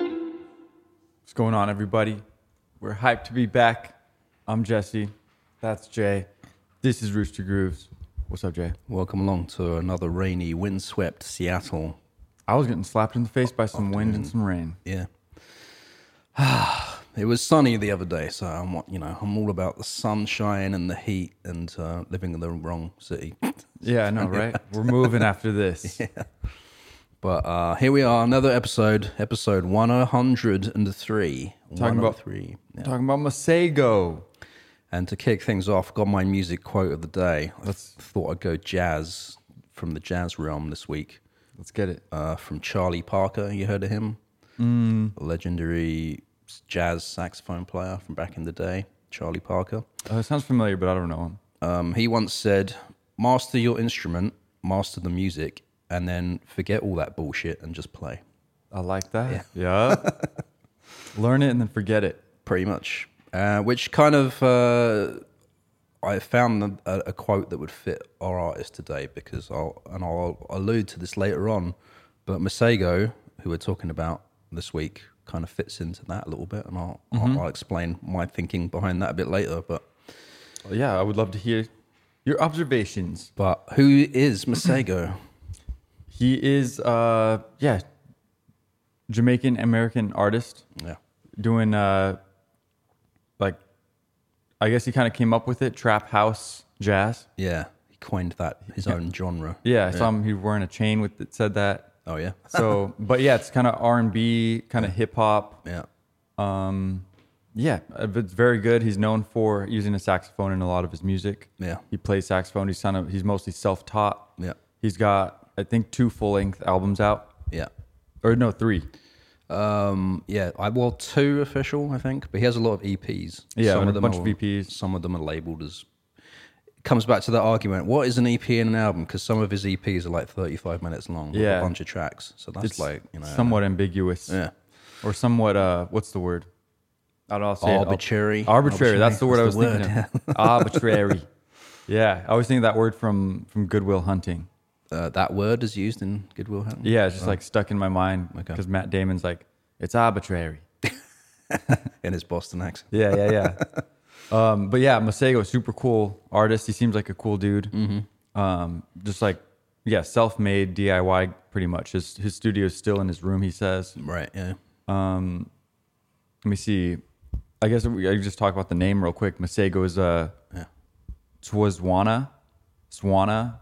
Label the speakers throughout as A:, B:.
A: What's going on, everybody? We're hyped to be back. I'm Jesse. That's Jay. This is Rooster Grooves. What's up, Jay?
B: Welcome along to another rainy, windswept Seattle.
A: I was getting slapped in the face by some wind and some rain.
B: Yeah. it was sunny the other day, so I'm wa- you know I'm all about the sunshine and the heat and uh, living in the wrong city.
A: Yeah, I know, right? We're moving after this.
B: But uh, here we are, another episode, episode 103.
A: Talking about-
B: 103. Yeah.
A: Talking about Masego.
B: And to kick things off, got my music quote of the day. I
A: Let's-
B: thought I'd go jazz from the jazz realm this week.
A: Let's get it.
B: uh, from Charlie Parker. You heard of him? Mm. Legendary jazz saxophone player from back in the day, Charlie Parker.
A: Uh, it sounds familiar, but I don't know him.
B: Um, he once said, Master your instrument, master the music, and then forget all that bullshit and just play.
A: I like that. Yeah. Learn it and then forget it.
B: Pretty much. Uh, which kind of, uh, I found a, a quote that would fit our artist today because I'll, and I'll allude to this later on, but Masego, who we're talking about this week, kind of fits into that a little bit, and I'll,
A: Mm-hmm.
B: I'll, I'll explain my thinking behind that a bit later. But
A: Well, yeah, I would love to hear your observations.
B: but who is Masego?
A: He is, uh, yeah, Jamaican American artist.
B: yeah,
A: doing uh like I guess he kind of came up with it trap house jazz.
B: yeah, he coined that his own genre.
A: Yeah, I saw him he was wearing a chain with that said that.
B: Oh yeah,
A: So, but yeah, it's kind of R&B, kind of hip hop.
B: yeah,
A: Um yeah, uh, but it's very good. He's known for using a saxophone in a lot of his music.
B: Yeah.
A: He plays saxophone. He's kind of he's mostly self-taught.
B: Yeah.
A: He's got I think two full-length albums out
B: yeah.
A: or no, three.
B: Um, yeah, I well two official, I think, but he has a lot of EPs.
A: Yeah, and a bunch
B: are,
A: of E EPs.
B: Some of them are labeled as. Comes back to that argument: what is an EP and an album? Because some of his EPs are like thirty-five minutes long, with
A: Yeah.
B: a bunch of tracks. So that's
A: It's
B: like you know
A: somewhat ambiguous.
B: Yeah.
A: Or somewhat uh what's the word? I don't know. I'll say it. I'll-
B: Arbitrary.
A: Arbitrary. That's the word I was
B: That's the
A: thinking. of. Arbitrary. Yeah, I always think of that word from from Goodwill Hunting.
B: uh, that word is used in Goodwill Hunting.
A: Yeah, it's just like stuck in my mind
B: Oh. Okay.
A: because Matt Damon's like, it's arbitrary.
B: in his Boston accent.
A: Yeah, yeah, yeah. um, but yeah, Masego, super cool artist. He seems like a cool dude.
B: Mm-hmm.
A: Um, just like, yeah, self-made DIY, pretty much. His his studio is still in his room. He says.
B: Right. Yeah.
A: Let me see. I guess we, I just talk about the name real quick. Masego is a
B: Yeah.
A: Twazwana, Swana.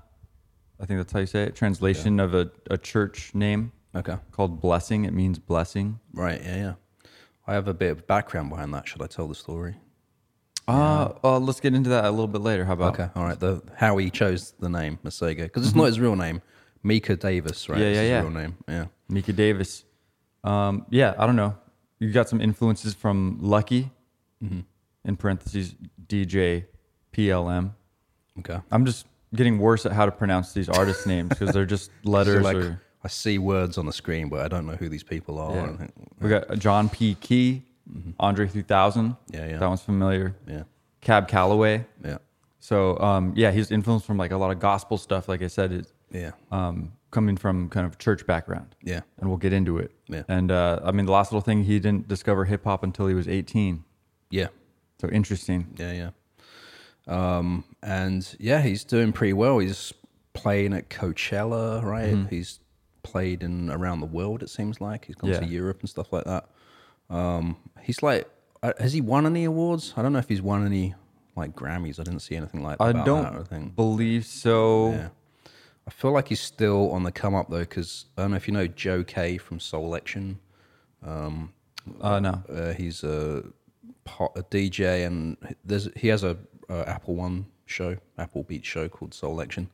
A: I think that's how you say it. Translation of a, a church name
B: Okay.
A: called Blessing. It means blessing.
B: Right. Yeah. Yeah. I have a bit of background behind that. Should I tell the story?
A: Uh, well, let's get into that a little bit later. How about?
B: Okay, all right. The how he chose the name Masego because it's not his real name, Mika Davis, right?
A: Mm-hmm. Yeah,
B: It's
A: yeah,
B: his
A: yeah.
B: Real name, yeah.
A: Mika Davis. Um, yeah, I don't know. You got some influences from Lucky, Mm-hmm. in parentheses, DJ PLM.
B: Okay.
A: I'm just getting worse at how to pronounce these artist names because they're just
B: So
A: letters.
B: like,
A: or,
B: I see words on the screen, but I don't know who these people are. I
A: yeah.
B: don't think-
A: We got John P. Key, Andre 3000.
B: Yeah, yeah.
A: That one's familiar.
B: Yeah,
A: Cab Calloway.
B: yeah,
A: So um, yeah, he's influenced from like a lot of gospel stuff. Like I said, it's
B: yeah,
A: um, coming from kind of church background.
B: Yeah.
A: and we'll get into it.
B: Yeah.
A: and uh, I mean the last little thing he didn't discover hip hop until he was 18.
B: yeah,
A: So interesting.
B: yeah, yeah. Um, and yeah, he's doing pretty well. He's playing at Coachella, right?
A: Mm-hmm.
B: He's played in around the world. It seems like he's gone
A: Yeah.
B: to Europe and stuff like that. Um, he's like, uh, has he won any awards? I don't know if he's won any like Grammys. I didn't see anything like
A: I
B: about
A: don't
B: that. I think.
A: believe so.
B: Yeah. I feel like he's still on the come up though, because I don't know if you know Joe K from Soul Action.
A: Uh, no.
B: Uh, he's a, po- a DJ, and there's he has a, uh Apple One show, Apple Beat show called Soul Action.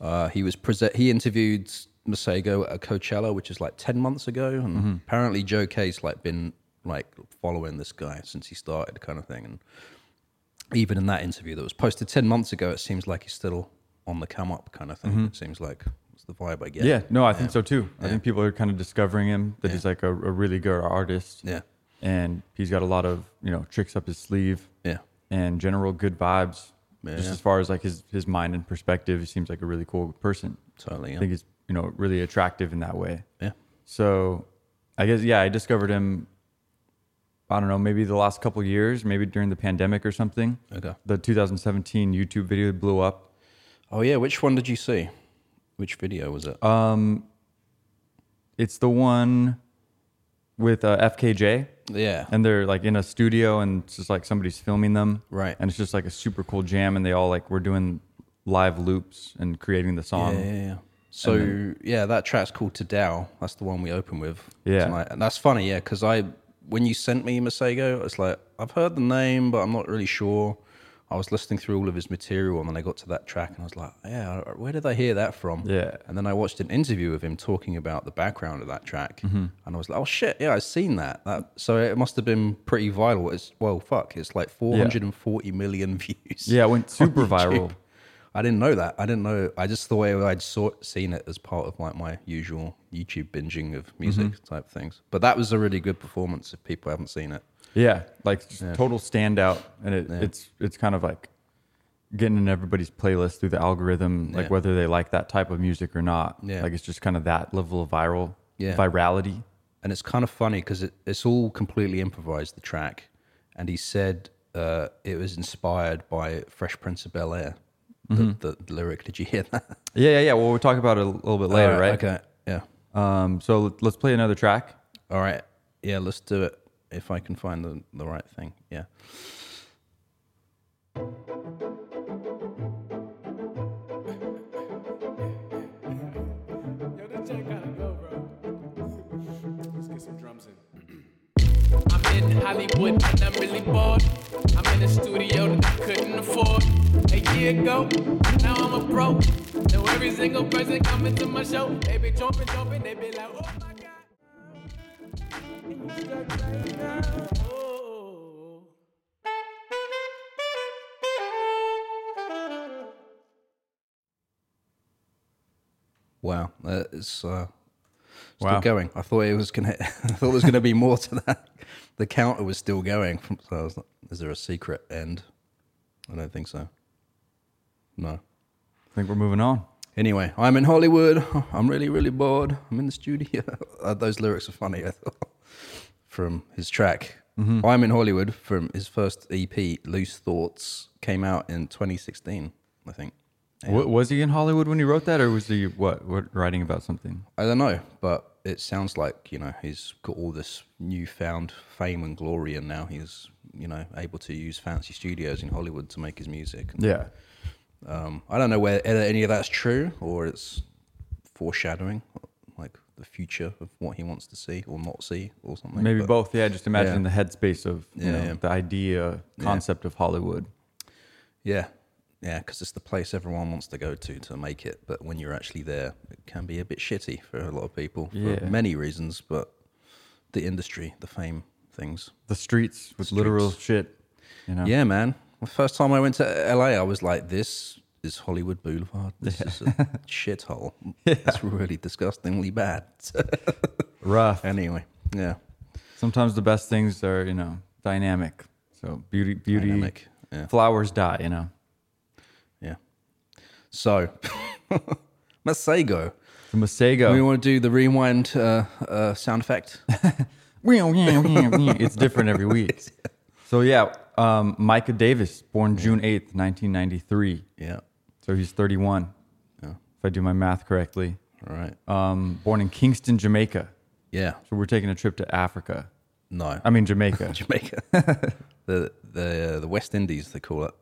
B: Uh, he was present. He interviewed Masego at Coachella, which is like ten months ago, and apparently Joe K's like been like following this guy since he started, kind of thing, and. Even in that interview that was posted ten months ago, it seems like he's still on the come up, kind of thing. It seems like That's the vibe I get.
A: Yeah, no, I think so too. I think people are kind of discovering him that he's like a, a really good artist.
B: Yeah.
A: and he's got a lot of you know tricks up his sleeve.
B: Yeah.
A: and general good vibes.
B: Yeah,
A: Just
B: yeah.
A: as far as like his his mind and perspective, he seems like a really cool person.
B: Totally.
A: I
B: Yeah.
A: think he's you know really attractive in that way.
B: yeah.
A: So I guess yeah, I discovered him. I don't know, maybe the last couple years, maybe during the pandemic or something.
B: Okay.
A: The 2017 YouTube video blew up.
B: Oh yeah. Which one did you see? Which video was it? Uh,
A: It's the one with uh, FKJ,
B: yeah.
A: and they're like in a studio, and it's just like somebody's filming them,
B: Right.
A: And it's just like a super cool jam, and they all like were doing live loops and creating the song.
B: yeah, yeah, yeah. So yeah, that track's called "To Dow." That's the one we open with
A: Yeah.
B: tonight, and that's funny, yeah, because I when you sent me Masego, it's like I've heard the name, but I'm not really sure. I was listening through all of his material, and then I got to that track, and I was like, "Yeah, where did I hear that from?"
A: Yeah.
B: And then I watched an interview of him talking about the background of that track, and I was like, "Oh shit, yeah, I've seen that." that so it must have been pretty vital. It's well, fuck, it's like 440 million views.
A: Yeah, it went
B: on
A: super
B: YouTube.
A: viral.
B: I didn't know that. I didn't know. I just thought I'd saw, seen it as part of like my usual YouTube binging of music
A: Mm-hmm.
B: type things. But that was a really good performance. If people haven't seen it,
A: Yeah, like just total standout, and it, it's it's kind of like getting in everybody's playlist through the algorithm, like
B: Yeah.
A: whether they like that type of music or not.
B: Yeah.
A: like it's just kind of that level of viral
B: Yeah.
A: virality.
B: and it's kind of funny because it, it's all completely improvised. The track, and he said uh, it was inspired by Fresh Prince of Bel Air.
A: Mm-hmm.
B: The, the lyric. Did you hear that
A: Yeah, yeah, yeah. Well, we'll talk about it a little bit later,
B: All
A: right?
B: Okay. Yeah.
A: Um, so let- let's play another track.
B: All right. Yeah. Let's do it. If I can find the the right thing. Yeah.
C: Yo, that check gotta go, bro. Let's get some drums in.
D: I'm in Hollywood and I'm really bored. I'm in a studio that I couldn't afford a year ago. Now I'm a pro. Now every single person coming to my show, they be jumping, jumping, they be like, oh my god. And you stuck right now. Oh.
B: Wow, uh, it's uh, still
A: Wow.
B: going. I thought it was gonna. I thought there was gonna be more to that. The counter was still going. From, so I was like, is there a secret end? I don't think so. No.
A: I think we're moving on.
B: Anyway, I'm in Hollywood. I'm really, really bored. I'm in the studio. Uh, Those lyrics are funny. I thought from his track. I'm in Hollywood from his first EP, Loose Thoughts, came out in 2016, I think.
A: Wa- was he in Hollywood when he wrote that, or was he what, what writing about something?
B: I don't know, but it sounds like you know he's got all this newfound fame and glory, and now he's you know able to use fancy studios in Hollywood to make his music. And,
A: Yeah,
B: um, I don't know whether any of that's true or it's foreshadowing, like the future of what he wants to see or not see or something.
A: maybe
B: but-
A: both. Yeah, just imagine
B: Yeah.
A: the headspace of you
B: Yeah,
A: know,
B: yeah.
A: the idea concept of Hollywood.
B: Yeah, yeah, because it's the place everyone wants to go to to make it. But when you're actually there, it can be a bit shitty for a lot of people for
A: Yeah.
B: many reasons. But the industry, the fame, things.
A: The streets with literal shit. You know.
B: Yeah, man. The first time I went to LA, I was like, this is Hollywood Boulevard. This is a shithole. It's really disgustingly bad.
A: Rough.
B: anyway, yeah.
A: sometimes the best things are you know dynamic so beauty beauty
B: Dynamic, yeah.
A: flowers die you know
B: Yeah. So, Masego.
A: the
B: We
A: masego
B: want to do the rewind uh, uh, sound effect.
A: it's different every week so yeah um, micah davis born june 8th 1993
B: yeah.
A: so he's 31
B: Yeah.
A: if i do my math correctly
B: All right.
A: um, born in kingston jamaica
B: yeah.
A: so we're taking a trip to africa
B: No.
A: i mean jamaica
B: Jamaica. the the the West Indies, they call it.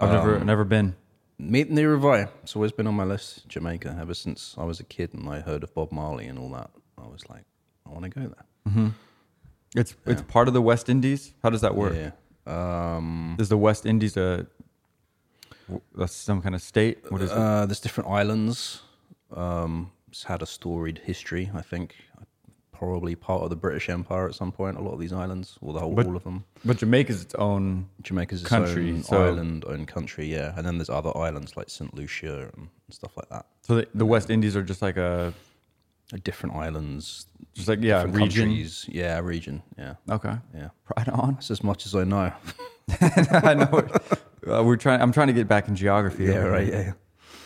B: Oh.
A: i've never never been
B: Meet Near Revive. It's always been on my list, Jamaica, ever since I was a kid and I heard of Bob Marley and all that. I was like, I want to go there.
A: it's it's part of the west indies how does that work
B: Yeah. Um,
A: is the west indies a that's some kind of state what is it
B: uh, there's different islands. Um, it's had a storied history, I think. I probably part of the British Empire at some point. A lot of these islands, or the whole,
A: But-
B: all of them.
A: But Jamaica's its own.
B: Jamaica's its
A: Country,
B: own
A: so-
B: island, own country, yeah. And then there's other islands like Saint Lucia and stuff like that.
A: So the, the West Indies are just like a,
B: Different islands,
A: just like yeah,
B: different
A: region.
B: countries, yeah, region, yeah,
A: Okay.
B: yeah.
A: Right on.
B: That's as much as I know.
A: I know. Uh, we're trying. I'm trying to get back in geography. over here.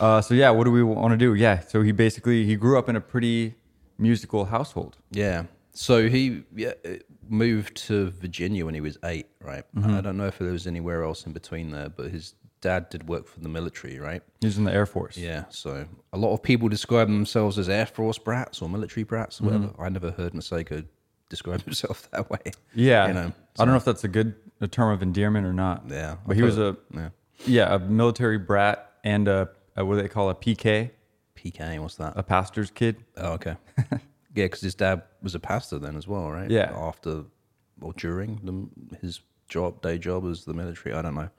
A: Uh, so yeah, what do we want to do? Yeah. So he basically he grew up in a pretty musical household.
B: Yeah. So he yeah, uh, moved to Virginia when he was eight, right?
A: Mm-hmm.
B: And I don't know if there was anywhere else in between there, but his dad did work for the military, right?
A: He was in the Air Force.
B: Yeah. So a lot of people describe themselves as Air Force brats or military brats, or
A: Mm-hmm.
B: whatever. I never heard Masako describe himself that way.
A: Yeah.
B: You know,
A: I don't know if that's a good a term of endearment or not.
B: Yeah,
A: But
B: I'll
A: he
B: put
A: was a
B: it- yeah.
A: yeah a military brat and a, a what do they call a PK
B: PK, what's that?
A: a pastor's kid.
B: Oh, okay. yeah, because his dad was a pastor then as well, right?
A: Yeah.
B: After or during the, his job, day job as the military. I don't know.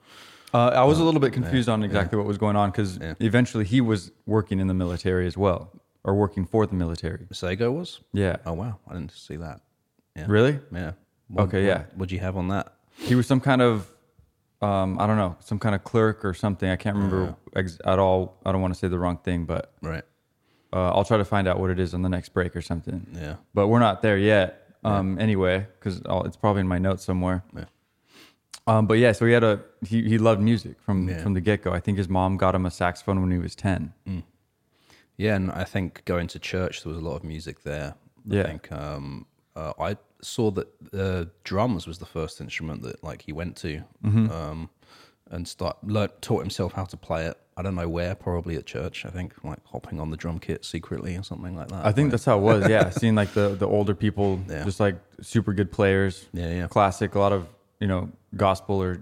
A: Uh, I
B: Oh,
A: was a little bit confused on exactly what was going on because eventually he was working in the military as well or working for the military.
B: Sago was?
A: Yeah.
B: Oh, wow. I didn't see that. Yeah.
A: Really?
B: Yeah. What-
A: Okay,
B: what-
A: yeah.
B: What'd you have on that?
A: He was some kind of, um, I don't know, some kind of clerk or something. I can't remember ex- at all. I don't want to say the wrong thing, but
B: Right.
A: uh, I'll try to find out what it is on the next break or something.
B: Yeah.
A: But we're not there yet. Um, Anyway, because it's probably in my notes somewhere.
B: Yeah.
A: Um, but yeah, so he had a he, he loved music from
B: Yeah.
A: from the get go. I think his mom got him a saxophone when he was ten.
B: Yeah. And I think going to church, there was a lot of music there.
A: Yeah.
B: I think um, uh, I saw that uh, drums was the first instrument that like he went to
A: Mm-hmm.
B: um, and start learnt, taught himself how to play it. I don't know where, probably at church. I think like hopping on the drum kit secretly or something like that.
A: I think that's how it was. Yeah, seeing like the the older people,
B: Yeah.
A: just like super good players.
B: Yeah, yeah.
A: Classic. A lot of you know gospel or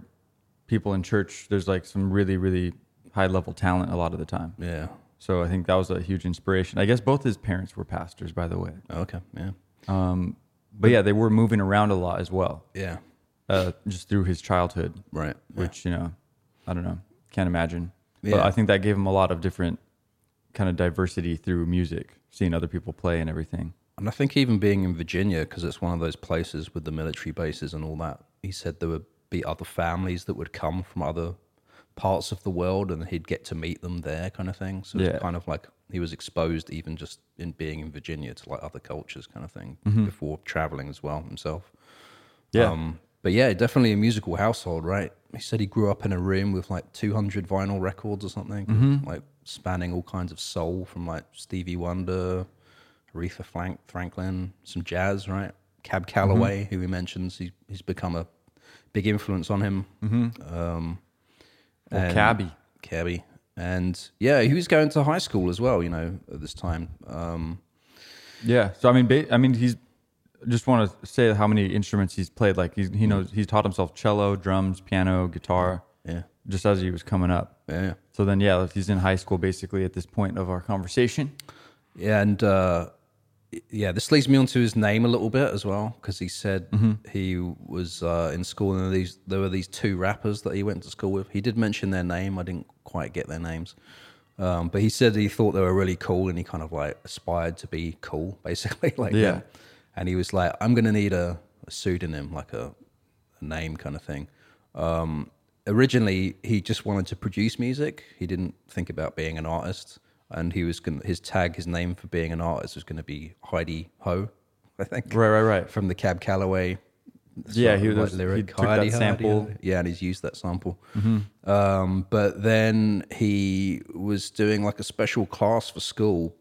A: people in church. There's like some really really high level talent a lot of the time.
B: yeah.
A: So I think that was a huge inspiration. I guess both his parents were pastors, by the way.
B: Oh, Okay. Yeah.
A: But yeah, they were moving around a lot as well,
B: Yeah.
A: uh, just through his childhood,
B: Right. Yeah.
A: which you know, I don't know, can't imagine. But
B: Yeah.
A: I think that gave him a lot of different kind of diversity through music, seeing other people play and everything.
B: And I think even being in Virginia, because it's one of those places with the military bases and all that, he said there would be other families that would come from other parts of the world and he'd get to meet them there, kind of thing. So
A: Yeah.
B: it's kind of like he was exposed, even just in being in Virginia, to like other cultures, kind of thing, before traveling as well himself.
A: Yeah.
B: Um, but yeah, definitely a musical household, right? He said he grew up in a room with like 200 vinyl records or something,
A: Mm-hmm.
B: like spanning all kinds of soul from like Stevie Wonder, Aretha Frank- Franklin, some jazz, right? Cab
A: Mm-hmm.
B: Calloway, who he mentions, he, he's become a big influence on him. Um,
A: Well,
B: and-
A: Mm-hmm. Cabby.
B: Cabby. And yeah, he was going to high school as well, you know, at this time. Um,
A: Yeah. So I mean, ba- I mean, he's just want to say how many instruments he's played. Like he's, he knows he's taught himself cello, drums, piano, guitar,
B: yeah,
A: just as he was coming up.
B: yeah.
A: So then, yeah, if he's in high school, basically at this point of our conversation.
B: Yeah, and uh, yeah, this leads me on to his name a little bit as well because he said he was uh, in school and these there were these two rappers that he went to school with. He did mention their name. I didn't quite get their names, um, but he said he thought they were really cool and he kind of like aspired to be cool, basically. like
A: Yeah.
B: them. and he was like, I'm gonna need a, a pseudonym, like a, a name kind of thing. Um, originally, he just wanted to produce music. He didn't think about being an artist, and he was gonna, his tag, his name for being an artist was going to be Heidi Ho, I think.
A: Right, right, right.
B: From the Cab Calloway.
A: Yeah, he
B: sort of,
A: was- he took that sample. Mm-hmm.
B: yeah, and he's used that sample. Um, but then he was doing like a special class for school,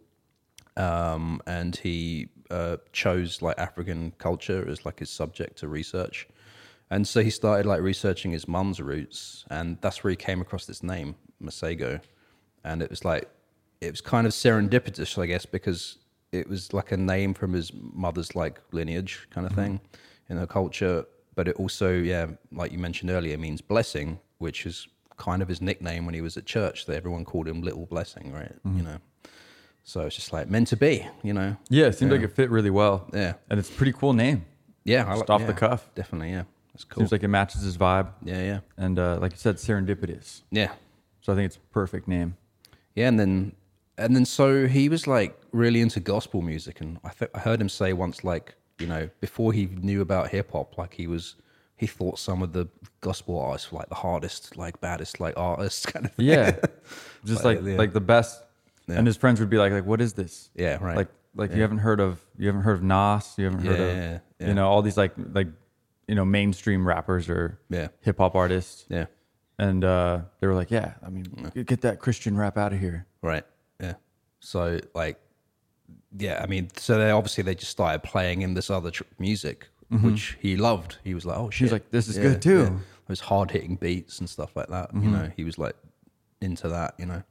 B: um, and he uh, chose like African culture as like his subject to research. And so he started like researching his mum's roots, and that's where he came across this name, Masego. And it was like, it was kind of serendipitous, I guess, because it was like a name from his mother's like lineage kind of thing in her culture. But it also, yeah, like you mentioned earlier, means blessing, which is kind of his nickname when he was at church. That everyone called him Little Blessing, right? You know. So it's just like meant to be, you know.
A: Yeah, it seemed like it fit really well.
B: Yeah.
A: And it's a pretty cool name.
B: Yeah, I
A: Just off the
B: yeah,
A: cuff.
B: Definitely, yeah. That's cool.
A: Seems like it matches his vibe.
B: yeah, yeah,
A: And uh, like you said, serendipitous.
B: yeah,
A: So I think it's a perfect name.
B: yeah. And then and then so he was like really into gospel music, and I, th- I heard him say once, like you know, before he knew about hip hop, like he was. He thought some of the gospel artists were like the hardest, like baddest, like artists kind of thing.
A: Yeah, just
B: Like,
A: like
B: yeah.
A: like the best.
B: Yeah.
A: And his friends would be like, like, what is this?
B: Yeah, right.
A: Like like you haven't heard of you haven't heard of Nas, you haven't heard
B: Yeah,
A: of
B: yeah, yeah.
A: you know all these like like you know mainstream rappers or
B: Yeah.
A: hip hop artists.
B: yeah,
A: And uh, they were like, yeah, I mean, g- get that Christian rap out of here.
B: right, yeah. So like, yeah, I mean, so they obviously they just started playing in this other tr- music, which he loved. He was like, oh
A: Mm-hmm.
B: shit,
A: was like, this is good too. Mm-hmm.
B: Those hard hitting beats and stuff like that. You know, he was like into that. You know,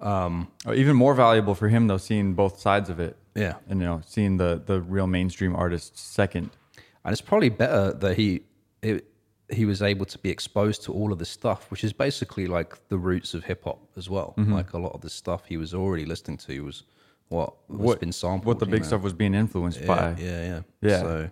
A: Oh, even more valuable for him though, seeing both sides of it.
B: Yeah.
A: and you know, seeing the the real mainstream artists second.
B: and it's probably better that he it, he was able to be exposed to all of this stuff, which is basically like the roots of hip hop as well.
A: Mm-hmm.
B: Like a lot of the stuff he was already listening to was what was
A: What-
B: been sampled.
A: What the
B: you
A: big
B: know?
A: stuff was being influenced
B: Yeah,
A: by.
B: yeah, yeah,
A: Yeah.
B: So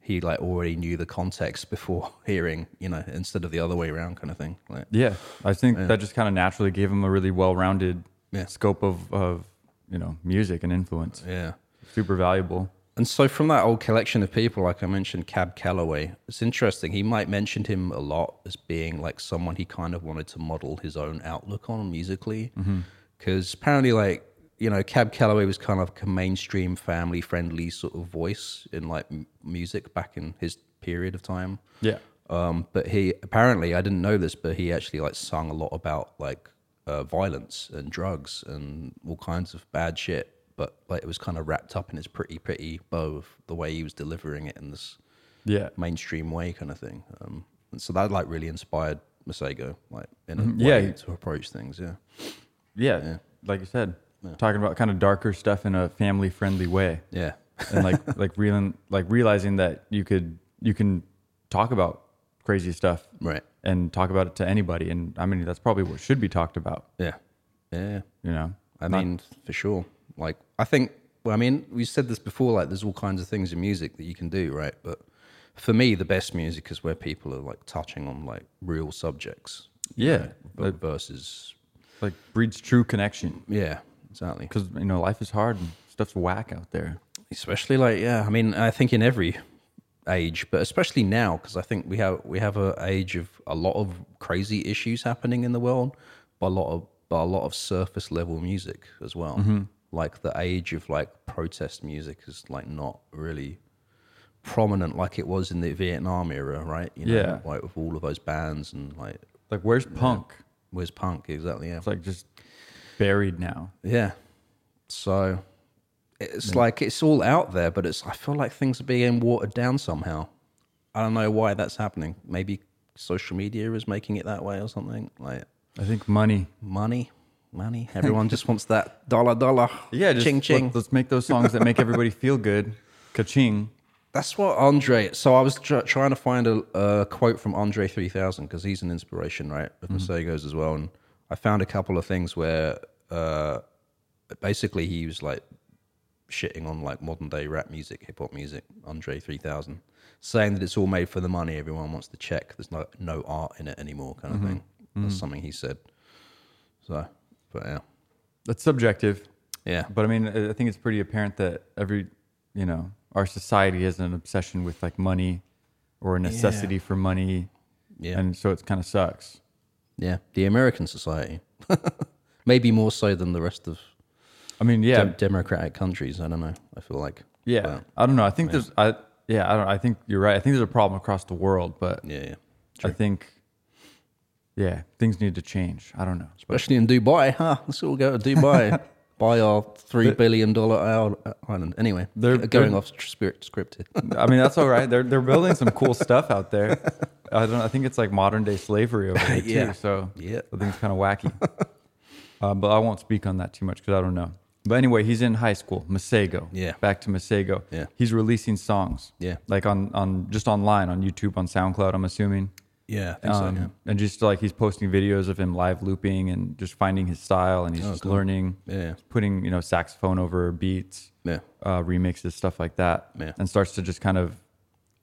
B: he like already knew the context before hearing, you know, instead of the other way around, kind of thing. Like,
A: Yeah, I think that just kind of naturally gave him a really well-rounded
B: Yeah.
A: scope of of you know music and influence.
B: yeah.
A: Super valuable.
B: And so from that old collection of people, like I mentioned, Cab Calloway, it's interesting. He might mentioned him a lot as being like someone he kind of wanted to model his own outlook on musically,
A: Mm-hmm.
B: because apparently, like you know, Cab Calloway was kind of like a mainstream, family-friendly sort of voice in like m- music back in his period of time.
A: Yeah,
B: Um, but he apparently, I didn't know this, but he actually like sung a lot about like uh, violence and drugs and all kinds of bad shit. But like it was kind of wrapped up in his pretty pretty bow of the way he was delivering it in this
A: yeah,
B: mainstream way, kind of thing. Um, and so that like really inspired Masego, like in a
A: Yeah.
B: way to approach things. Yeah,
A: yeah. Like you said, talking about kind of darker stuff in a family-friendly way,
B: yeah,
A: and like like reeling, like realizing that you could you can talk about crazy stuff
B: right,
A: and talk about it to anybody. And I mean, that's probably what should be talked about.
B: yeah, yeah.
A: You know,
B: I
A: Not-
B: mean, for sure. Like, I think, well, I mean, we said this before, like, there's all kinds of things in music that you can do, right? But for me, the best music is where people are like touching on like real subjects. you
A: Yeah.
B: know, but versus,
A: like breeds true connection
B: yeah, exactly.
A: because you know life is hard and stuff's whack out there.
B: especially like yeah i mean i think in every age but especially now because i think we have we have a age of a lot of crazy issues happening in the world but a lot of but a lot of surface level music as well like the age of like protest music is like not really prominent like it was in the vietnam era right you
A: Yeah.
B: like with all of those bands and like
A: Like, where's punk?
B: where's punk exactly yeah
A: It's like just buried now.
B: yeah. So it's like it's all out there, but it's I feel like things are being watered down somehow. I don't know why that's happening. Maybe social media is making it that way or something. Like
A: I think money.
B: money, money. Everyone just wants that dollar, dollar.
A: Yeah, just
B: ching ching.
A: Let, us make those songs that make everybody feel good. Ka-ching.
B: That's what Andre. So I was tr- trying to find a, a quote from Andre 3000 because he's an inspiration, right? Of Masego's as well. And I found a couple of things where uh, basically he was like shitting on like modern day rap music, hip hop music, Andre 3000, saying that it's all made for the money. Everyone wants the check. There's no, no art in it anymore, kind of thing. That's something he said. So, but yeah.
A: That's subjective.
B: Yeah.
A: But I mean, I I think it's pretty apparent that every, you know, our society has an obsession with like money or a necessity for money.
B: Yeah.
A: And so it kind of sucks.
B: Yeah. The American society. Maybe more so than the rest of
A: I mean, yeah,
B: dem- democratic countries. I don't know. I feel like
A: yeah.
B: Well,
A: I don't know. I think there's, I, yeah, I don't, I think you're right. I think there's a problem across the world, but
B: yeah, yeah.
A: I think, yeah, things need to change. I don't know.
B: Especially in Dubai, huh? Let's all go to Dubai, buy our three billion dollar isle- island. Anyway,
A: They're-
B: they're going
A: they're-
B: off off spirit scripted.
A: I mean, that's all right. They're they're building some cool stuff out there. I don't. I think it's like modern day slavery over there too.
B: Yeah.
A: So
B: Yeah.
A: I think it's kind of wacky. uh, but I won't speak on that too much because I don't know. But anyway, he's in high school, Masego.
B: Yeah.
A: Back to Masego.
B: Yeah.
A: He's releasing songs.
B: Yeah.
A: Like on on just online on YouTube on SoundCloud. I'm assuming.
B: yeah, I
A: Um, And just like he's posting videos of him live looping and just finding his style and he's just learning,
B: Oh, Yeah.
A: putting you know saxophone over beats,
B: Yeah.
A: uh, remixes stuff like that,
B: Yeah.
A: and starts to just kind of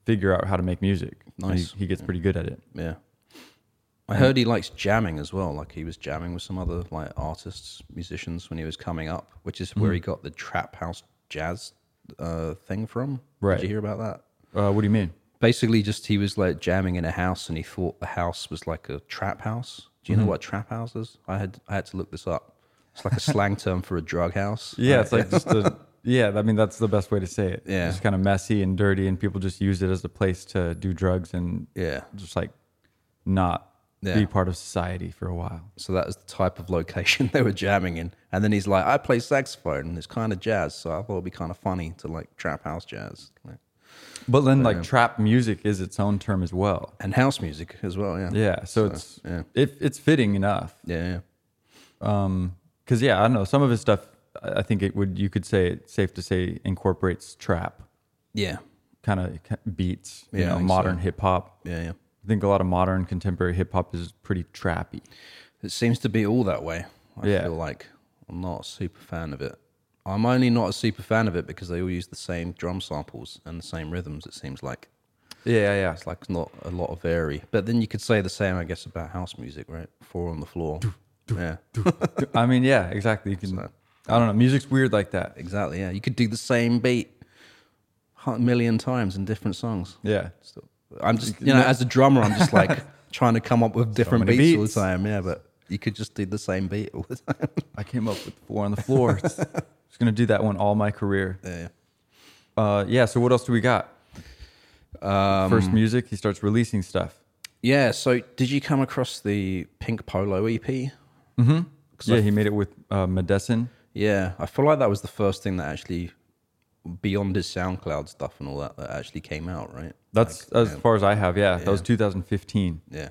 A: figure out how to make music. And
B: Nice.
A: he, he gets pretty good at it.
B: yeah, yeah. I heard he likes jamming as well. Like he was jamming with some other like artists, musicians when he was coming up, which is where he got the trap house jazz uh, thing from.
A: Right.
B: Did you hear about that?
A: Uh, what do you mean?
B: Basically, just he was like jamming in a house, and he thought the house was like a trap house. Do you know what trap house is? I had I had to look this up. It's like a slang term for a drug house.
A: Yeah, it's like just a Uh, yeah. I mean, that's the best way to say it.
B: Yeah.
A: it's kind of messy and dirty, and people just use it as a place to do drugs and
B: Yeah.
A: just like not
B: Yeah.
A: be part of society for a while.
B: So that is the type of location they were jamming in. And then he's like, I play saxophone and it's kind of jazz. So I thought it'd be kind of funny to like trap house jazz. Like-
A: But then, like trap music is its own term as well.
B: and house music as well. Yeah.
A: Yeah, so, it's
B: yeah.
A: it, it's fitting enough
B: Yeah. yeah.
A: because yeah, I don't know some of his stuff. I I think it would you could say it's safe to say incorporates trap
B: Yeah.
A: kind of beats, you
B: Yeah, I
A: know,
B: think
A: modern
B: so.
A: hip hop.
B: Yeah. Yeah.
A: I think a lot of modern contemporary hip hop is pretty trappy.
B: It seems to be all that way. I
A: Yeah.
B: feel like I'm not a super fan of it. I'm only not a super fan of it because they all use the same drum samples and the same rhythms, it seems like.
A: Yeah, yeah.
B: It's like not a lot of vary. But then you could say the same, I guess, about house music, right? Four on the floor. Yeah.
A: I mean, yeah, exactly. You can. I don't know. Music's weird like that.
B: Exactly. Yeah, you could do the same beat a million times in different songs.
A: Yeah.
B: So- I'm just you know, as a drummer, I'm just like trying to come up with different
A: many
B: beats, all the
A: beats.
B: time. Yeah, but you could just do the same beat all the time.
A: I came up with four on the floor. It's- Just gonna do that one all my career.
B: Yeah.
A: Uh, yeah. So what else do we got?
B: Um,
A: First music. He starts releasing stuff.
B: Yeah. So did you come across the Pink Polo EP? Mm-hmm.
A: Yeah, he made it with uh, Medesin.
B: Yeah, I feel like that was the first thing that actually, beyond his SoundCloud stuff and all that, that actually came out, right?
A: That's
B: Like,
A: as far as I have. Yeah, that was 2015,
B: yeah,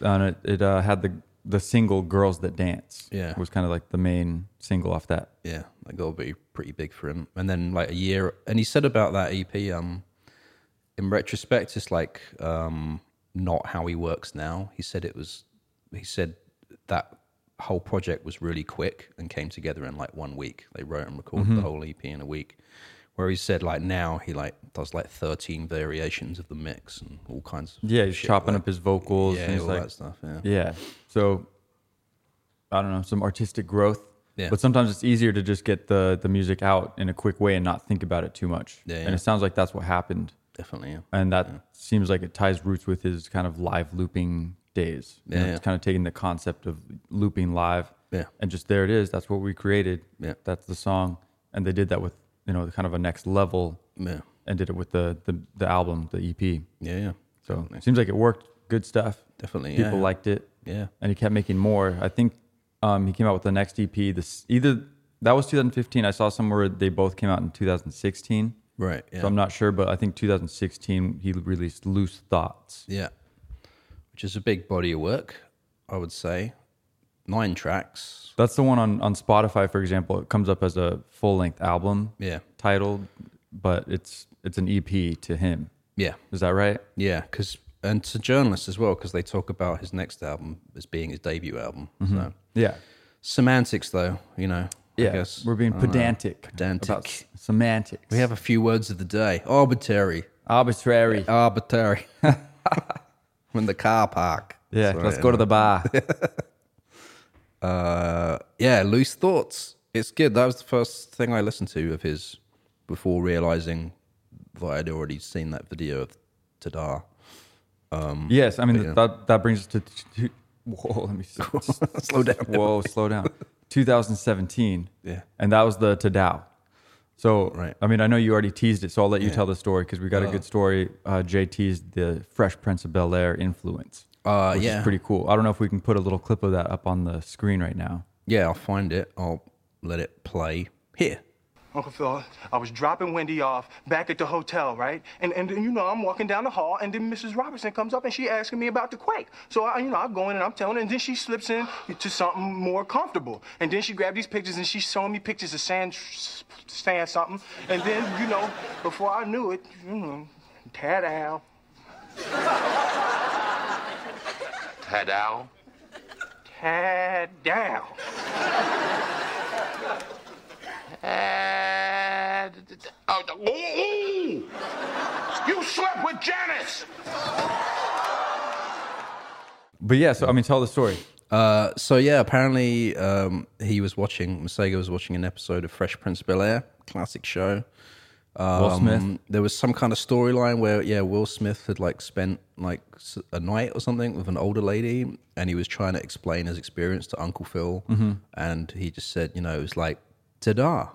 A: and it, it uh, had the the single "Girls That Dance."
B: Yeah.
A: was kind of like the main single off that.
B: yeah, that got to be pretty big for him. And then like a year, and he said about that EP, um, in retrospect, it's like um, not how he works now. He said it was, he said that whole project was really quick and came together in like one week. They wrote and recorded
A: Mm-hmm.
B: the whole EP in a week. Where he said like now he like does like thirteen variations of the mix and all kinds of
A: Yeah, he's
B: shit
A: chopping
B: like-
A: up his vocals.
B: yeah,
A: and he's
B: all
A: like,
B: that stuff. Yeah.
A: Yeah. So I don't know, some artistic growth.
B: Yeah.
A: But sometimes it's easier to just get the the music out in a quick way and not think about it too much.
B: Yeah,
A: And
B: yeah.
A: it sounds like that's what happened.
B: definitely. Yeah.
A: And that seems like it ties roots with his kind of live looping days. You know,
B: Yeah,
A: It's
B: yeah.
A: kind of taking the concept of looping live.
B: Yeah.
A: And just there it is. That's what we created.
B: Yeah.
A: That's the song. And they did that with, you know, kind of a next level
B: Yeah,
A: and did it with the the, the album, the E EP.
B: yeah, yeah.
A: So it seems like it worked. Good stuff.
B: Definitely, yeah,
A: People
B: yeah.
A: liked it.
B: Yeah.
A: And he kept making more. I think um, he came out with the next EP. This either that was 2015. I saw somewhere they both came out in 2016.
B: Right. Yeah.
A: So I'm not sure, but I think 2016 he released Loose Thoughts.
B: Yeah. Which is a big body of work, I would say. Nine tracks.
A: That's the one on on Spotify, for example. It comes up as a full length album
B: Yeah.
A: titled, but it's it's an EP to him.
B: Yeah.
A: Is that right?
B: Yeah. Because, and to journalists as well, because they talk about his next album as being his debut album. So,
A: Yeah.
B: semantics, though, you know. I
A: Yeah.
B: guess.
A: We're being
B: I don't know.
A: pedantic.
B: Pedantic.
A: About s- semantics.
B: We have a few words of the day arbitrary.
A: arbitrary.
B: Arbitrary. We're in the car park.
A: Yeah,
B: Sorry,
A: let's go to the bar.
B: uh, yeah, loose thoughts. It's good. That was the first thing I listened to of his before realizing that I'd already seen that video of Tadar.
A: yes, I mean that that brings us to, to whoa. Let me s-
B: Slow down.
A: Whoa, slow down. 2017.
B: Yeah.
A: and that was the Tadao. So
B: Right. Uh-huh.
A: I mean, I know you already teased it, so I'll let you tell the story because we got a good story. Uh, Jay teased the Fresh Prince of Bel Air influence,
B: Uh,
A: which
B: yeah.
A: is pretty cool. I don't know if we can put a little clip of that up on the screen right now.
B: Yeah, I'll find it. I'll let it play here.
E: Uncle Phil, I was dropping Wendy off back at the hotel, right? And, and you know, I'm walking down the hall, and then Mrs. Robertson comes up and she asking me about the quake. So I, you know, I go in and I'm telling her, and then she slips in to something more comfortable. And then she grabbed these pictures and she's showing me pictures of sand, sand something. And then, you know, before I knew it, you know, ta-da.
F: Tadal?
E: Ta-down.
F: Tad... Oh, the- ooh, ooh. You slept with Janice!
A: But But yeah, so I mean, tell the story.
B: Uh, so yeah, apparently um, he was watching. Masego was watching an episode of Fresh Prince of Bel Air, classic show.
A: Will Smith.
B: Um, there was some kind of storyline where yeah, Will Smith had like spent like s- a night or something with an older lady, and he was trying to explain his experience to Uncle Phil,
A: Mm-hmm.
B: and he just said, you know, it was like ta-da,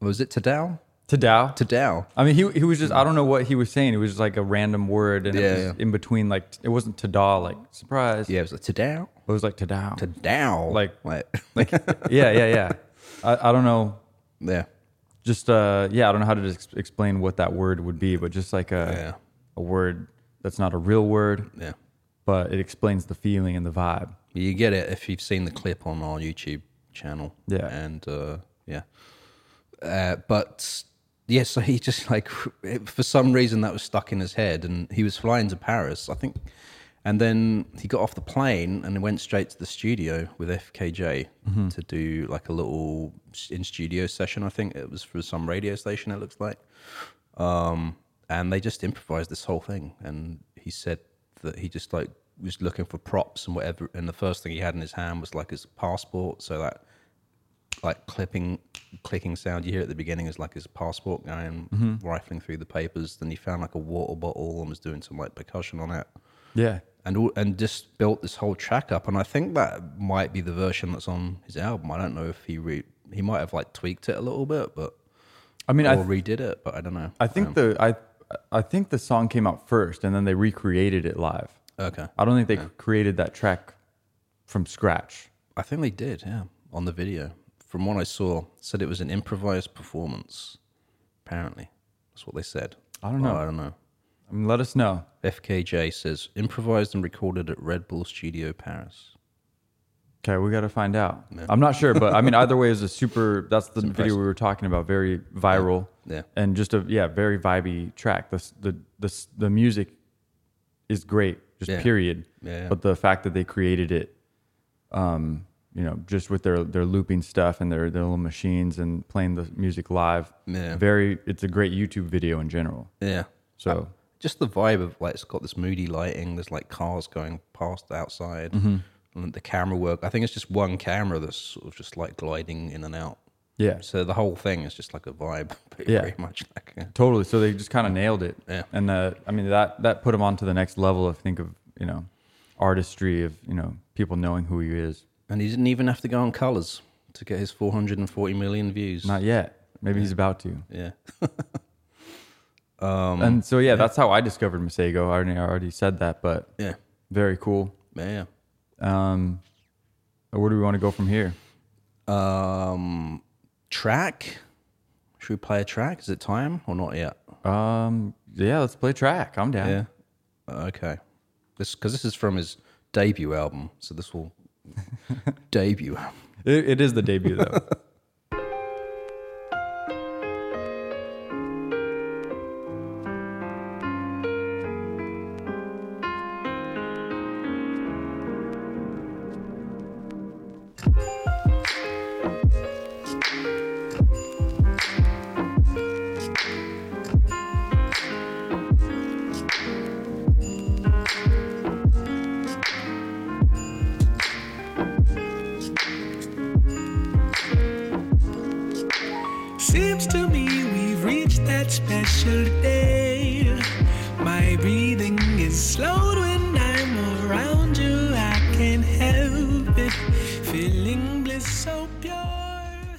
B: was it ta-dow?
A: To Dow.
B: Ta-dow.
A: I mean, he he was just I don't know what he was saying. It was just like a random word, and
B: Yeah,
A: it was
B: yeah.
A: in between like it wasn't tada like surprise.
B: Yeah, it was like ta-dow,
A: it was like tada.
B: ta-dow.
A: Like-
B: like,
A: like yeah, yeah, yeah. I, I don't know.
B: yeah,
A: Just uh, yeah, I don't know how to just explain what that word would be, but just like a
B: Yeah.
A: a word that's not a real word,
B: yeah.
A: but it explains the feeling and the vibe.
B: You get it if you've seen the clip on our YouTube channel.
A: Yeah.
B: And uh, yeah. Uh, but yeah, so he just like, for some reason, that was stuck in his head. And he was flying to Paris, I think. And then he got off the plane and went straight to the studio with FKJ to do like a little in studio session, I think. It was for some radio station, it looks like and they just improvised this whole thing. And he said that he just like was looking for props and whatever. And the first thing he had in his hand was like his passport. So that like clipping, clicking sound you hear at the beginning is like his passport going
A: Mm-hmm.
B: rifling through the papers. Then he found like a water bottle and was doing some like percussion on it.
A: Yeah,
B: And, all, and just built this whole track up, and I think that might be the version that's on his album. I don't know if he re, he might have like tweaked it a little bit, but
A: I mean,
B: or
A: I th-
B: redid it, but I don't know. Um,
A: I think the I I think the song came out first, and then they recreated it live.
B: okay.
A: I don't think they created that track from scratch.
B: I think they did, yeah, on the video. From what I saw, said it was an improvised performance. Apparently, that's what they said. Oh,
A: I don't know.
B: I don't know.
A: I mean, let us know.
B: FKJ says improvised and recorded at Red Bull Studio Paris.
A: Okay, we got to find out. I'm not sure, but I mean, either way is a super. That's the video we were talking about. Very viral.
B: Yeah.
A: And just a yeah, very vibey track. The s- the the s- the music is great. Just
B: Yeah.
A: period.
B: Yeah, yeah.
A: But the fact that they created it, um, you know, just with their their looping stuff and their their little machines and playing the music live.
B: Yeah.
A: Very. It's a great YouTube video in general.
B: Yeah, Uh,
A: So
B: just the vibe of like it's got this moody lighting. There's like cars going past outside,
A: Mm-hmm.
B: and the camera work. I think it's just one camera that's sort of just like gliding in and out.
A: yeah.
B: So the whole thing is just like a vibe,
A: Yeah.
B: very much like. yeah.
A: Totally. So they just kind of nailed it.
B: Yeah.
A: And uh, I mean that that put him on to the next level. I think of you know artistry of you know people knowing who he is.
B: And he didn't even have to go on colors to get his 440 million views.
A: Not yet. Maybe he's about to.
B: Yeah.
A: and so yeah, that's how I discovered Masego. I already, I already said that, but
B: Yeah.
A: very cool.
B: Yeah.
A: Um, where do we want to go from here?
B: Um, track. Should we play a track? Is it time or not yet?
A: Um, yeah, let's play track. I'm down.
B: Okay. This because this is from his debut album, so this will debut. album.
A: It, it is the debut though.
G: Seems to me we've reached that special day. My breathing is slowed when I'm around you. I can't help it. Feeling bliss so pure.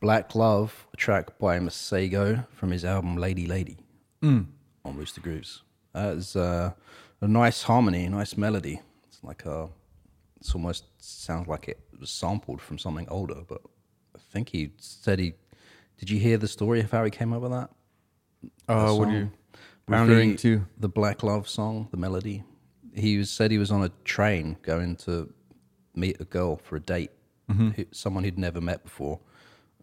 B: Black Love, a track by Masego from his album Lady Lady on Rooster Grooves. Uh, it's uh, a nice harmony, a nice melody. It's like a, it's almost sounds like it was sampled from something older, but I think he said he, did you hear the story of how he came up with that?
A: Uh, what do
B: song?
A: you?
B: Apparently,
A: Referring to-
B: the Black Love song, the melody. He was, said he was on a train going to meet a girl for a date,
A: Mm-hmm.
B: who, someone he'd never met before.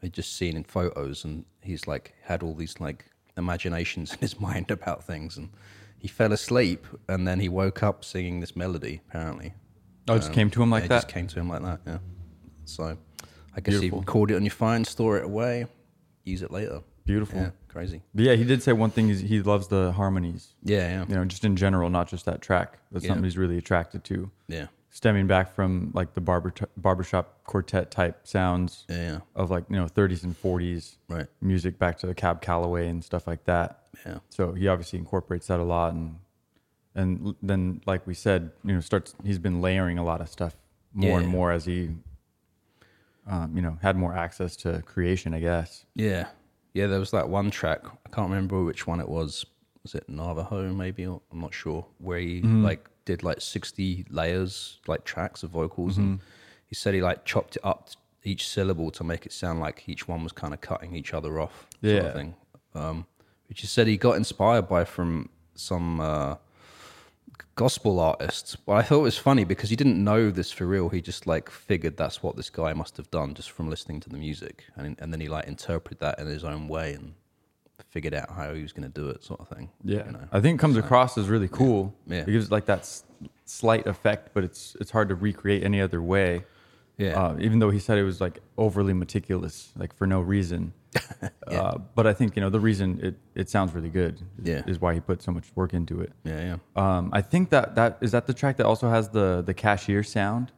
B: He'd just seen in photos, and he's like had all these like imaginations in his mind about things, and he fell asleep, and then he woke up singing this melody. Apparently,
A: Oh, it just came to him
B: it
A: like
B: just
A: that.
B: came to him like that. Yeah, so I guess you record it on your phone, store it away, use it later.
A: Beautiful.
B: Yeah, crazy.
A: But yeah, he did say one thing is he loves the harmonies.
B: Yeah,
A: You
B: yeah,
A: know, just in general, not just that track. That's
B: Yeah.
A: something he's really attracted to.
B: yeah,
A: Stemming back from like the barber barbershop quartet type sounds
B: yeah, yeah.
A: of like, you know, 30s and 40s
B: Right.
A: music back to Cab Calloway and stuff like that.
B: Yeah.
A: So he obviously incorporates that a lot and and l- then like we said, you know, starts he's been layering a lot of stuff more and
B: Yeah.
A: more as he um, you know, had more access to creation, I guess.
B: Yeah. Yeah, there was that one track. I can't remember which one it was. Was it Navajo maybe? Or, I'm not sure. Where he like did like 60 layers, like tracks of vocals and he said he like chopped it up t- each syllable to make it sound like each one was kind of cutting each other off sort
A: Yeah.
B: of thing. Um which he said he got inspired by from some uh gospel artists. But I thought it was funny because he didn't know this for real. He just like figured that's what this guy must have done just from listening to the music, and and then he like interpreted that in his own way and figured out how he was going to do it, sort of thing.
A: Yeah,
B: you know?
A: I think it comes across as really cool.
B: Yeah.
A: It gives like that s- slight effect, but it's it's hard to recreate any other way.
B: yeah,
A: Uh, even though he said it was like overly meticulous, like for no reason. uh, but I think you know the reason it, it sounds really good. Is,
B: Yeah.
A: is why he put so much work into it.
B: yeah, yeah,
A: Um, I think that that is that the track that also has the the cashier sound.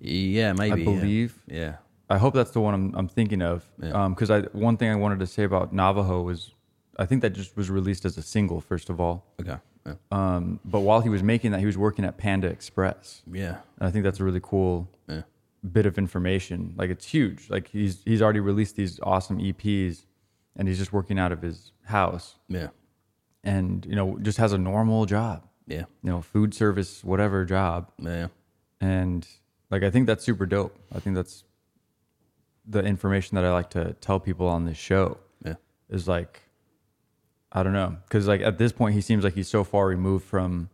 B: yeah. Maybe yeah.
A: believe-
B: Yeah,
A: I hope that's the one I'm, I'm thinking of.
B: Yeah.
A: Because I one thing I wanted to say about Navajo was, I think that just was released as a single first of all.
B: okay, yeah.
A: Um, but while he was making that, he was working at Panda Express.
B: yeah,
A: And I think that's a really cool
B: Yeah.
A: bit of information. Like it's huge. Like he's he's already released these awesome EPs, and he's just working out of his house,
B: yeah,
A: and you know just has a normal job,
B: yeah,
A: you know, food service, whatever job.
B: yeah.
A: And like I think that's super dope. I think that's the information that I like to tell people on this show
B: yeah.
A: is like I don't know because like at this point he seems like he's so far removed from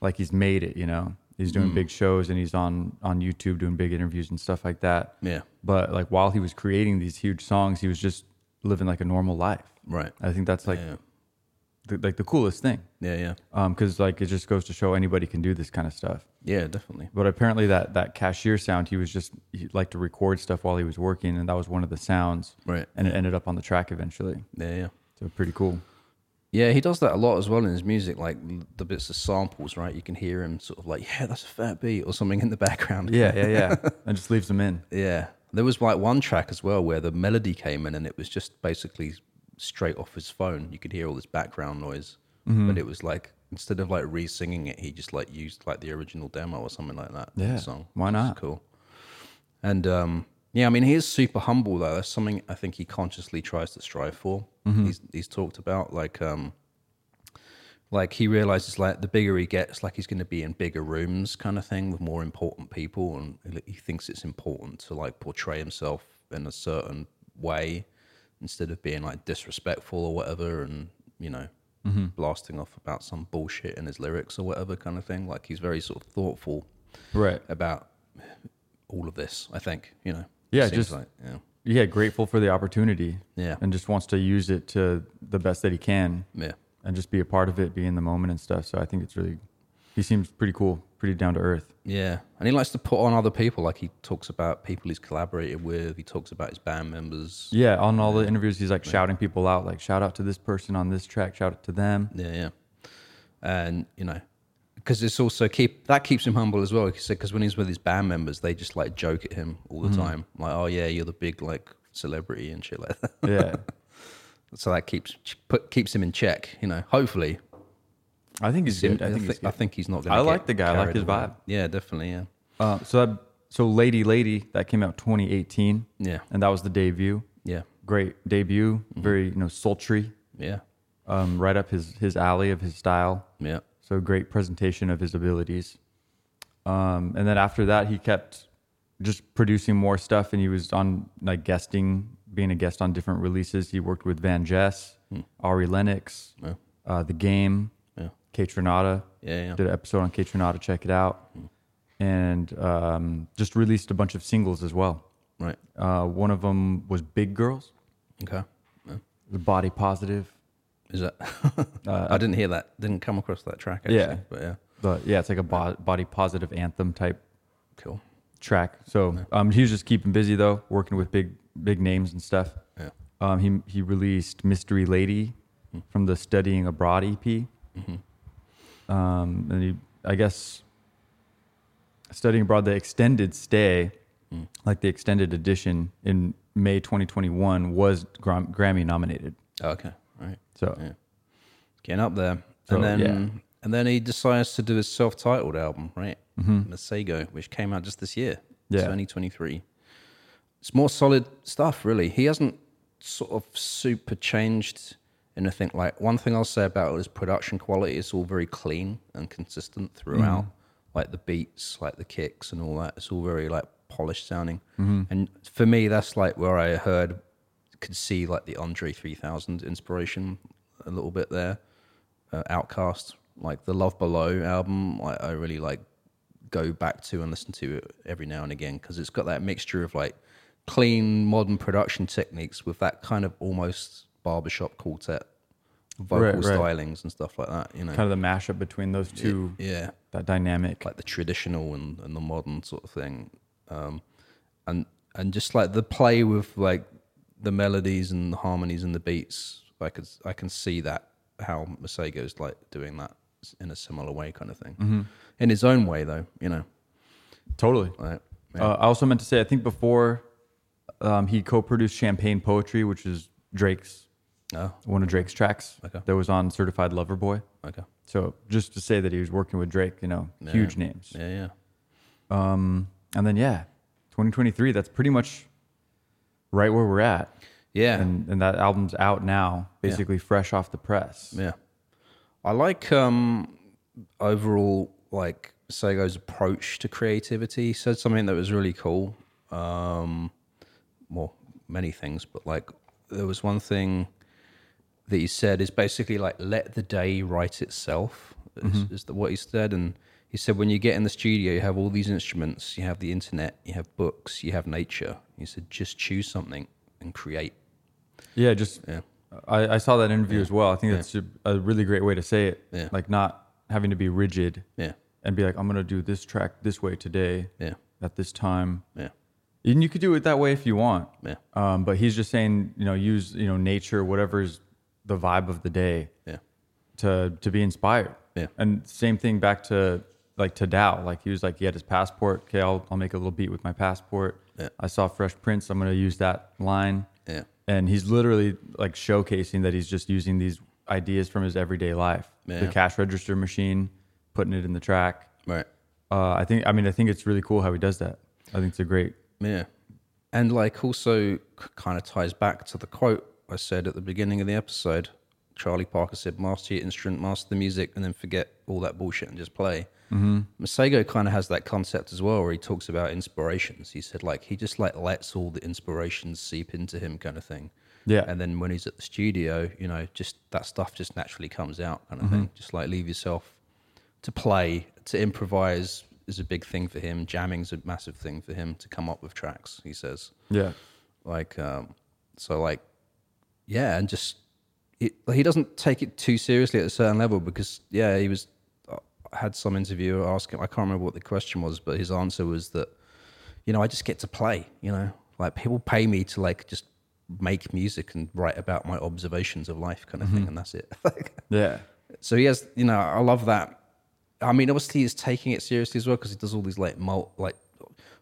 A: like he's made it you know he's
B: Mm.
A: doing big shows and he's on on YouTube doing big interviews and stuff like that
B: Yeah.
A: but like while he was creating these huge songs he was just living like a normal life
B: Right.
A: I think that's like
B: Yeah.
A: the, like the coolest thing
B: Yeah, yeah,
A: um because like it just goes to show anybody can do this kind of stuff
B: yeah, definitely.
A: but apparently that that cashier sound he was just he liked to record stuff while he was working and that was one of the sounds
B: Right.
A: and it ended up on the track eventually
B: Yeah, yeah.
A: so pretty cool.
B: Yeah, he does that a lot as well in his music, like l- the bits of samples, right? You can hear him sort of like, yeah, that's a fat beat or something in the background.
A: Yeah, yeah, yeah. and just leaves them in.
B: Yeah. There was like one track as well where the melody came in and it was just basically straight off his phone. You could hear all this background noise,
A: Mm-hmm.
B: but it was like instead of like re-singing it, he just like used like the original demo or something like that. for the
A: Yeah,
B: Song.
A: why
B: which is
A: not?
B: Cool. And um, yeah, I mean, he is super humble though. That's something I think he consciously tries to strive for.
A: Mm-hmm.
B: He's he's talked about like um, like he realizes like the bigger he gets like he's going to be in bigger rooms kind of thing with more important people and he- he thinks it's important to like portray himself in a certain way instead of being like disrespectful or whatever and you know
A: Mm-hmm.
B: blasting off about some bullshit in his lyrics or whatever kind of thing like he's very sort of thoughtful
A: Right.
B: about all of this i think you know
A: Yeah,
B: Seems
A: just-
B: like yeah
A: Yeah, grateful for the opportunity.
B: Yeah.
A: And just wants to use it to the best that he can
B: yeah
A: and just be a part of it, be in the moment and stuff. So I think it's really he seems pretty cool, pretty down to earth.
B: Yeah, and he likes to put on other people. Like he talks about people he's collaborated with. He talks about his band members.
A: Yeah, on all the interviews he's like shouting people out, like shout out to this person on this track, shout out to them.
B: Yeah, yeah. And you know, because it's also keep that keeps him humble as well. Because when he's with his band members, they just like joke at him all the
A: Hmm.
B: time, like, "Oh yeah, you're the big like celebrity and shit like that."
A: Yeah.
B: so that keeps put, keeps him in check. You know, hopefully.
A: I think he's good. I think
B: thi-
A: he's good.
B: I think he's not. Gonna
A: I like
B: get
A: the guy. I like
B: carried
A: his
B: away.
A: vibe.
B: Yeah, definitely. Yeah,
A: Uh, so that so Lady Lady, that came out twenty eighteen.
B: Yeah.
A: And that was the debut.
B: yeah,
A: Great debut. Very, you know, sultry.
B: yeah,
A: um, right up his his alley of his style.
B: yeah.
A: So great presentation of his abilities. Um, and then after that, he kept just producing more stuff, and he was on like guesting, being a guest on different releases. He worked with Van Jess, Ari Lennox, uh, The Game,
B: Hmm. Yeah.
A: K Tronada.
B: Yeah, Hmm. yeah.
A: Did an episode on K Tronada. Check it out. And um, just released a bunch of singles as well.
B: Right.
A: Uh, one of them was Big Girls,
B: Okay.
A: the Body Positive.
B: Is that?
A: Uh.
B: I didn't hear that. Didn't come across that track. Actually,
A: Yeah.
B: but yeah,
A: But yeah, it's like a bo- body positive anthem type
B: cool.
A: track. So um, he was just keeping busy though, working with big big names and stuff.
B: Yeah. Mm-hmm.
A: Um, he he released Mystery Lady from the Studying Abroad EP.
B: Mm-hmm.
A: Um, and he, I guess, Studying Abroad, the extended stay,
B: Mm.
A: like the extended edition in May 2021, was Gram- Grammy nominated.
B: Okay. All right.
A: So
B: Yeah. Getting up there.
A: So,
B: and then
A: Oh, yeah.
B: and then he decides to do his self titled album, right? Mm-hmm. Masego, which came out just this year.
A: Yeah.
B: Twenty twenty three. It's more solid stuff, really. He hasn't sort of super changed anything. Like one thing I'll say about his production quality, it's all very clean and consistent throughout.
A: Mm-hmm.
B: Like the beats, like the kicks and all that. It's all very like polished sounding.
A: Mm-hmm.
B: And for me that's like where I heard could see like the Andre 3000 inspiration a little bit there. Uh, Outcast, like the Love Below album, like I really like go back to and listen to it every now and again because it's got that mixture of like clean modern production techniques with that kind of almost barbershop quartet vocal
A: Right, right.
B: stylings and stuff like that. You know,
A: kind of the mashup between those two,
B: yeah
A: that dynamic.
B: like the traditional and, and the modern sort of thing um and and just like the play with like the melodies and the harmonies and the beats i could i can see that how masego's like doing that s- in a similar way kind of thing in his own way though you know
A: totally.
B: like yeah,
A: Uh, I also meant to say, I think before um, he co-produced Champagne Poetry, which is Drake's
B: Oh.
A: one of Drake's tracks
B: Okay.
A: that was on Certified Lover Boy.
B: okay
A: So just to say that he was working with Drake, you know, huge names.
B: yeah yeah
A: And then yeah, 2023. That's pretty much right where we're at.
B: yeah
A: And and that album's out now, basically fresh off the press.
B: Yeah. I like um overall like Sego's approach to creativity. He said something that was really cool. Um well, many things, but like there was one thing that he said is basically like let the day write itself is, is the, what he said and he said when you get in the studio you have all these instruments you have the internet you have books you have nature he said just choose something and create
A: Yeah, just I, I saw that interview as well. I think that's a, a really great way to say it.
B: Yeah.
A: Like not having to be rigid.
B: Yeah.
A: And be like, I'm gonna do this track this way today.
B: Yeah.
A: At this time.
B: yeah
A: And you could do it that way if you want.
B: Yeah.
A: Um, but he's just saying, you know, use you know nature, whatever's the vibe of the day,
B: yeah
A: to to be inspired.
B: Yeah.
A: And same thing back to like to Dow. Like he was like, he had his passport. Okay, I'll I'll make a little beat with my passport.
B: Yeah.
A: I saw Fresh Prince. I'm gonna use that line
B: yeah
A: and he's literally like showcasing that he's just using these ideas from his everyday life the
B: Yeah.
A: cash register machine putting it in the track
B: right
A: uh, i think i mean i think it's really cool how he does that i think it's a great
B: Yeah. And like also kind of ties back to the quote I said at the beginning of the episode. Charlie Parker said, master your instrument, master the music, and then forget all that bullshit and just play. Mm-hmm. Masego kind of has that concept as well, where he talks about inspirations. He said, like, he just like lets all the inspirations seep into him kind of thing.
A: Yeah.
B: And then when he's at the studio, you know, just that stuff just naturally comes out kind of thing. Just like leave yourself to play, to improvise is a big thing for him. Jamming's a massive thing for him to come up with tracks, he says.
A: yeah
B: Like, um, so like, yeah, and just it, he doesn't take it too seriously at a certain level because yeah, he was I had some interviewer ask him. I can't remember what the question was, but his answer was that you know I just get to play. You know, like people pay me to like just make music and write about my observations of life kind of thing, and that's it. Like,
A: yeah
B: so he has, you know, I love that. I mean, obviously he's taking it seriously as well because he does all these like mul- like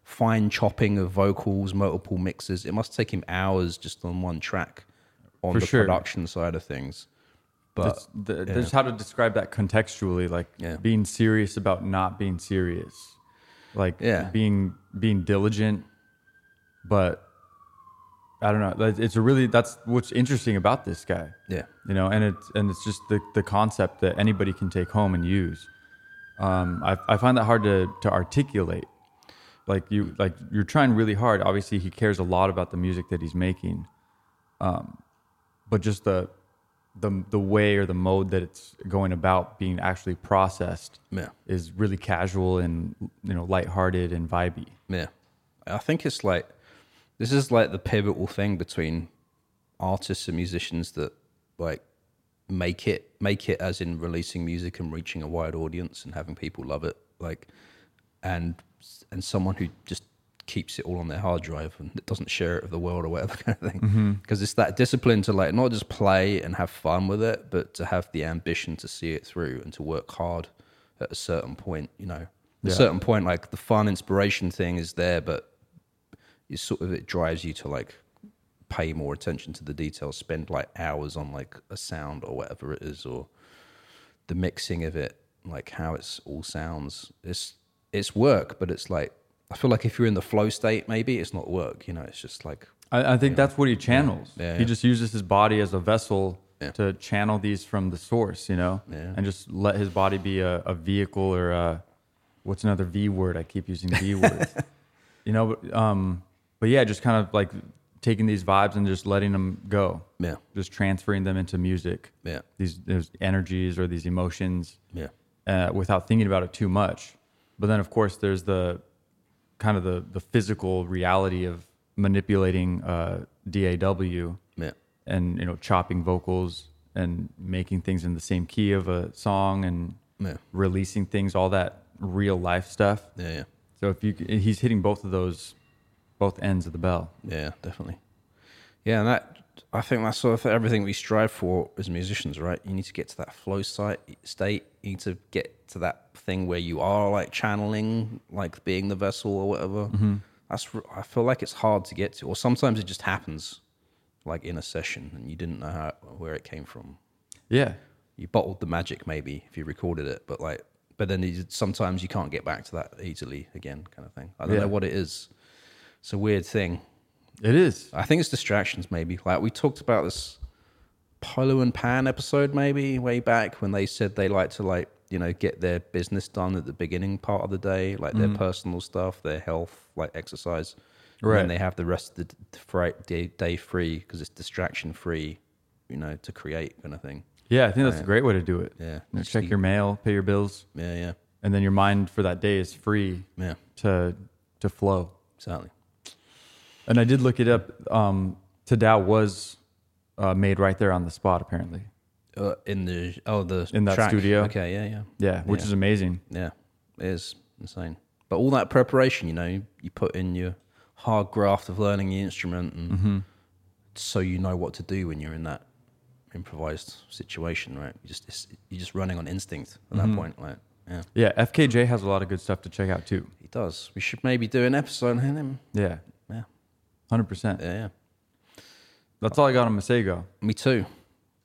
B: fine chopping of vocals, multiple mixes. It must take him hours just on one track on
A: For
B: the
A: sure.
B: production side of things. But
A: That's the, there's how to describe that contextually like
B: Yeah.
A: being serious about not being serious like
B: Yeah.
A: being being diligent but i don't know Like, it's a really that's what's interesting about this guy
B: yeah,
A: you know and it's and it's just the, the concept that anybody can take home and use um, I, I find that hard to, to articulate like you like you're trying really hard obviously he cares a lot about the music that he's making um, but just the the the way or the mode that it's going about being actually processed
B: Yeah.
A: is really casual and you know lighthearted and vibey
B: yeah. I think it's like this is like the pivotal thing between artists and musicians that like make it make it as in releasing music and reaching a wide audience and having people love it like and and someone who just keeps it all on their hard drive and it doesn't share it with the world or whatever kind of thing. Because it's that discipline to like not just play and have fun with it, but to have the ambition to see it through and to work hard at a certain point. You know, at a certain point, like the fun inspiration thing is there, but it's sort of it drives you to like pay more attention to the details, spend like hours on like a sound or whatever it is, or the mixing of it, like how it's all sounds. It's it's work, but it's like I feel like if you're in the flow state, maybe it's not work. You know, it's just like
A: I, I think that's what he channels.
B: Yeah,
A: he
B: yeah.
A: just uses his body as a vessel
B: Yeah.
A: to channel these from the source, you know,
B: Yeah.
A: and just let his body be a, a vehicle or a, what's another V word? I keep using V words, you know, but, um, but yeah, just kind of like taking these vibes and just letting them go.
B: Yeah.
A: Just transferring them into music.
B: Yeah.
A: These, those energies or these emotions
B: yeah,
A: uh, without thinking about it too much. But then, of course, there's the kind of the the physical reality of manipulating uh, DAW
B: yeah,
A: and you know chopping vocals and making things in the same key of a song and
B: Yeah.
A: releasing things, all that real life stuff.
B: yeah, yeah.
A: So if you he's hitting both of those, both ends of the bell.
B: Yeah, definitely. Yeah, and that I think that's sort of everything we strive for as musicians, right? You need to get to that flow site state. You need to get to that thing where you are like channeling, like being the vessel or whatever. That's r- I feel like it's hard to get to, or sometimes it just happens, like in a session, and you didn't know how, where it came from
A: Yeah,
B: you bottled the magic maybe if you recorded it but like but then you- sometimes you can't get back to that easily again kind of thing i don't
A: Yeah.
B: know what it is it's a weird thing
A: it is.
B: i think it's distractions maybe like we talked about this polo and pan episode maybe way back when they said they like to like you know get their business done at the beginning part of the day like their
A: Mm.
B: personal stuff their health like exercise and
A: Right.
B: then they have the rest of the d- fri- day, day free because it's distraction free you know to create kind of thing
A: Yeah, I think that's a great way to do it.
B: Yeah.
A: You know, check your mail, pay your bills,
B: yeah yeah
A: and then your mind for that day is free
B: Yeah.
A: to to flow.
B: exactly
A: And I did look it up. Um, Tadao was uh, made right there on the spot, apparently.
B: Uh, in the oh the
A: In that
B: track.
A: studio.
B: Okay, yeah, yeah,
A: Yeah, which is amazing.
B: yeah. It is insane. But all that preparation, you know, you, you put in your hard graft of learning the instrument, and so you know what to do when you're in that improvised situation, right? You just it's, you're just running on instinct at that point, like yeah.
A: Yeah, FKJ has a lot of good stuff to check out too.
B: He does. We should maybe do an episode on him.
A: Yeah,
B: Yeah,
A: hundred percent.
B: yeah, yeah.
A: That's all I got on Masego.
B: Me too.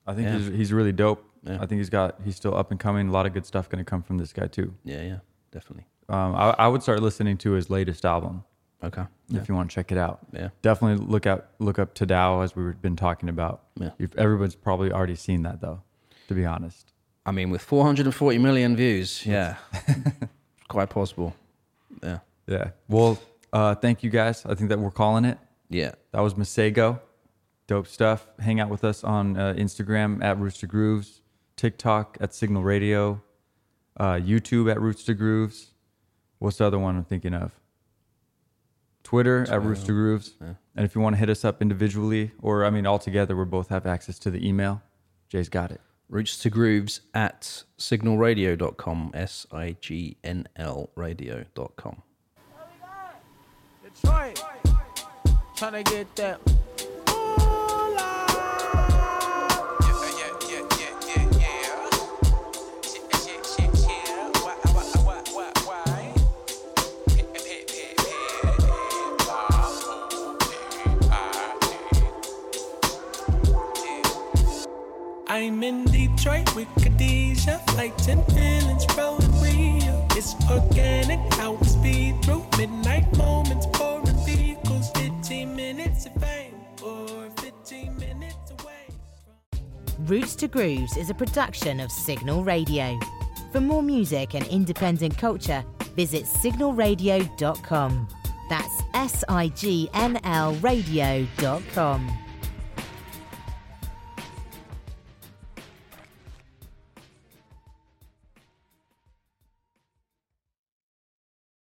A: I think
B: Yeah.
A: he's he's really dope.
B: Yeah.
A: I think he's got he's still up and coming. A lot of good stuff going to come from this guy too.
B: Yeah, yeah, definitely.
A: Um, I, I would start listening to his latest album
B: Okay.
A: if you want to check it out.
B: Yeah.
A: definitely look out look up Tadao as we've been talking about.
B: Yeah.
A: You've, everyone's probably already seen that though. To be honest.
B: I mean, with 440 million views, yeah, quite possible. Yeah,
A: Yeah. Well, uh, thank you guys. I think that we're calling it.
B: yeah.
A: That was Masego. Dope stuff. Hang out with us on uh, Instagram at Rooster Grooves, TikTok at Signal Radio, uh, YouTube at Rooster Grooves. What's the other one I'm thinking of? Twitter, at Rooster Grooves. And if you want to hit us up individually or, I mean, all together, we both have access to the email. Jay's got it.
B: Roots to Grooves at signalradio.com, S I G N L radio.com.
D: Detroit. Tryna get that.
G: I'm in Detroit with Khadijah, like 10 minutes rolling wheel. It's organic, how we speed through midnight moments, pouring vehicles, 15 minutes of fame, or 15 minutes away. from-
H: Roots to Grooves is a production of Signal Radio. For more music and independent culture, visit signalradio.com. That's S I G N L radio.com.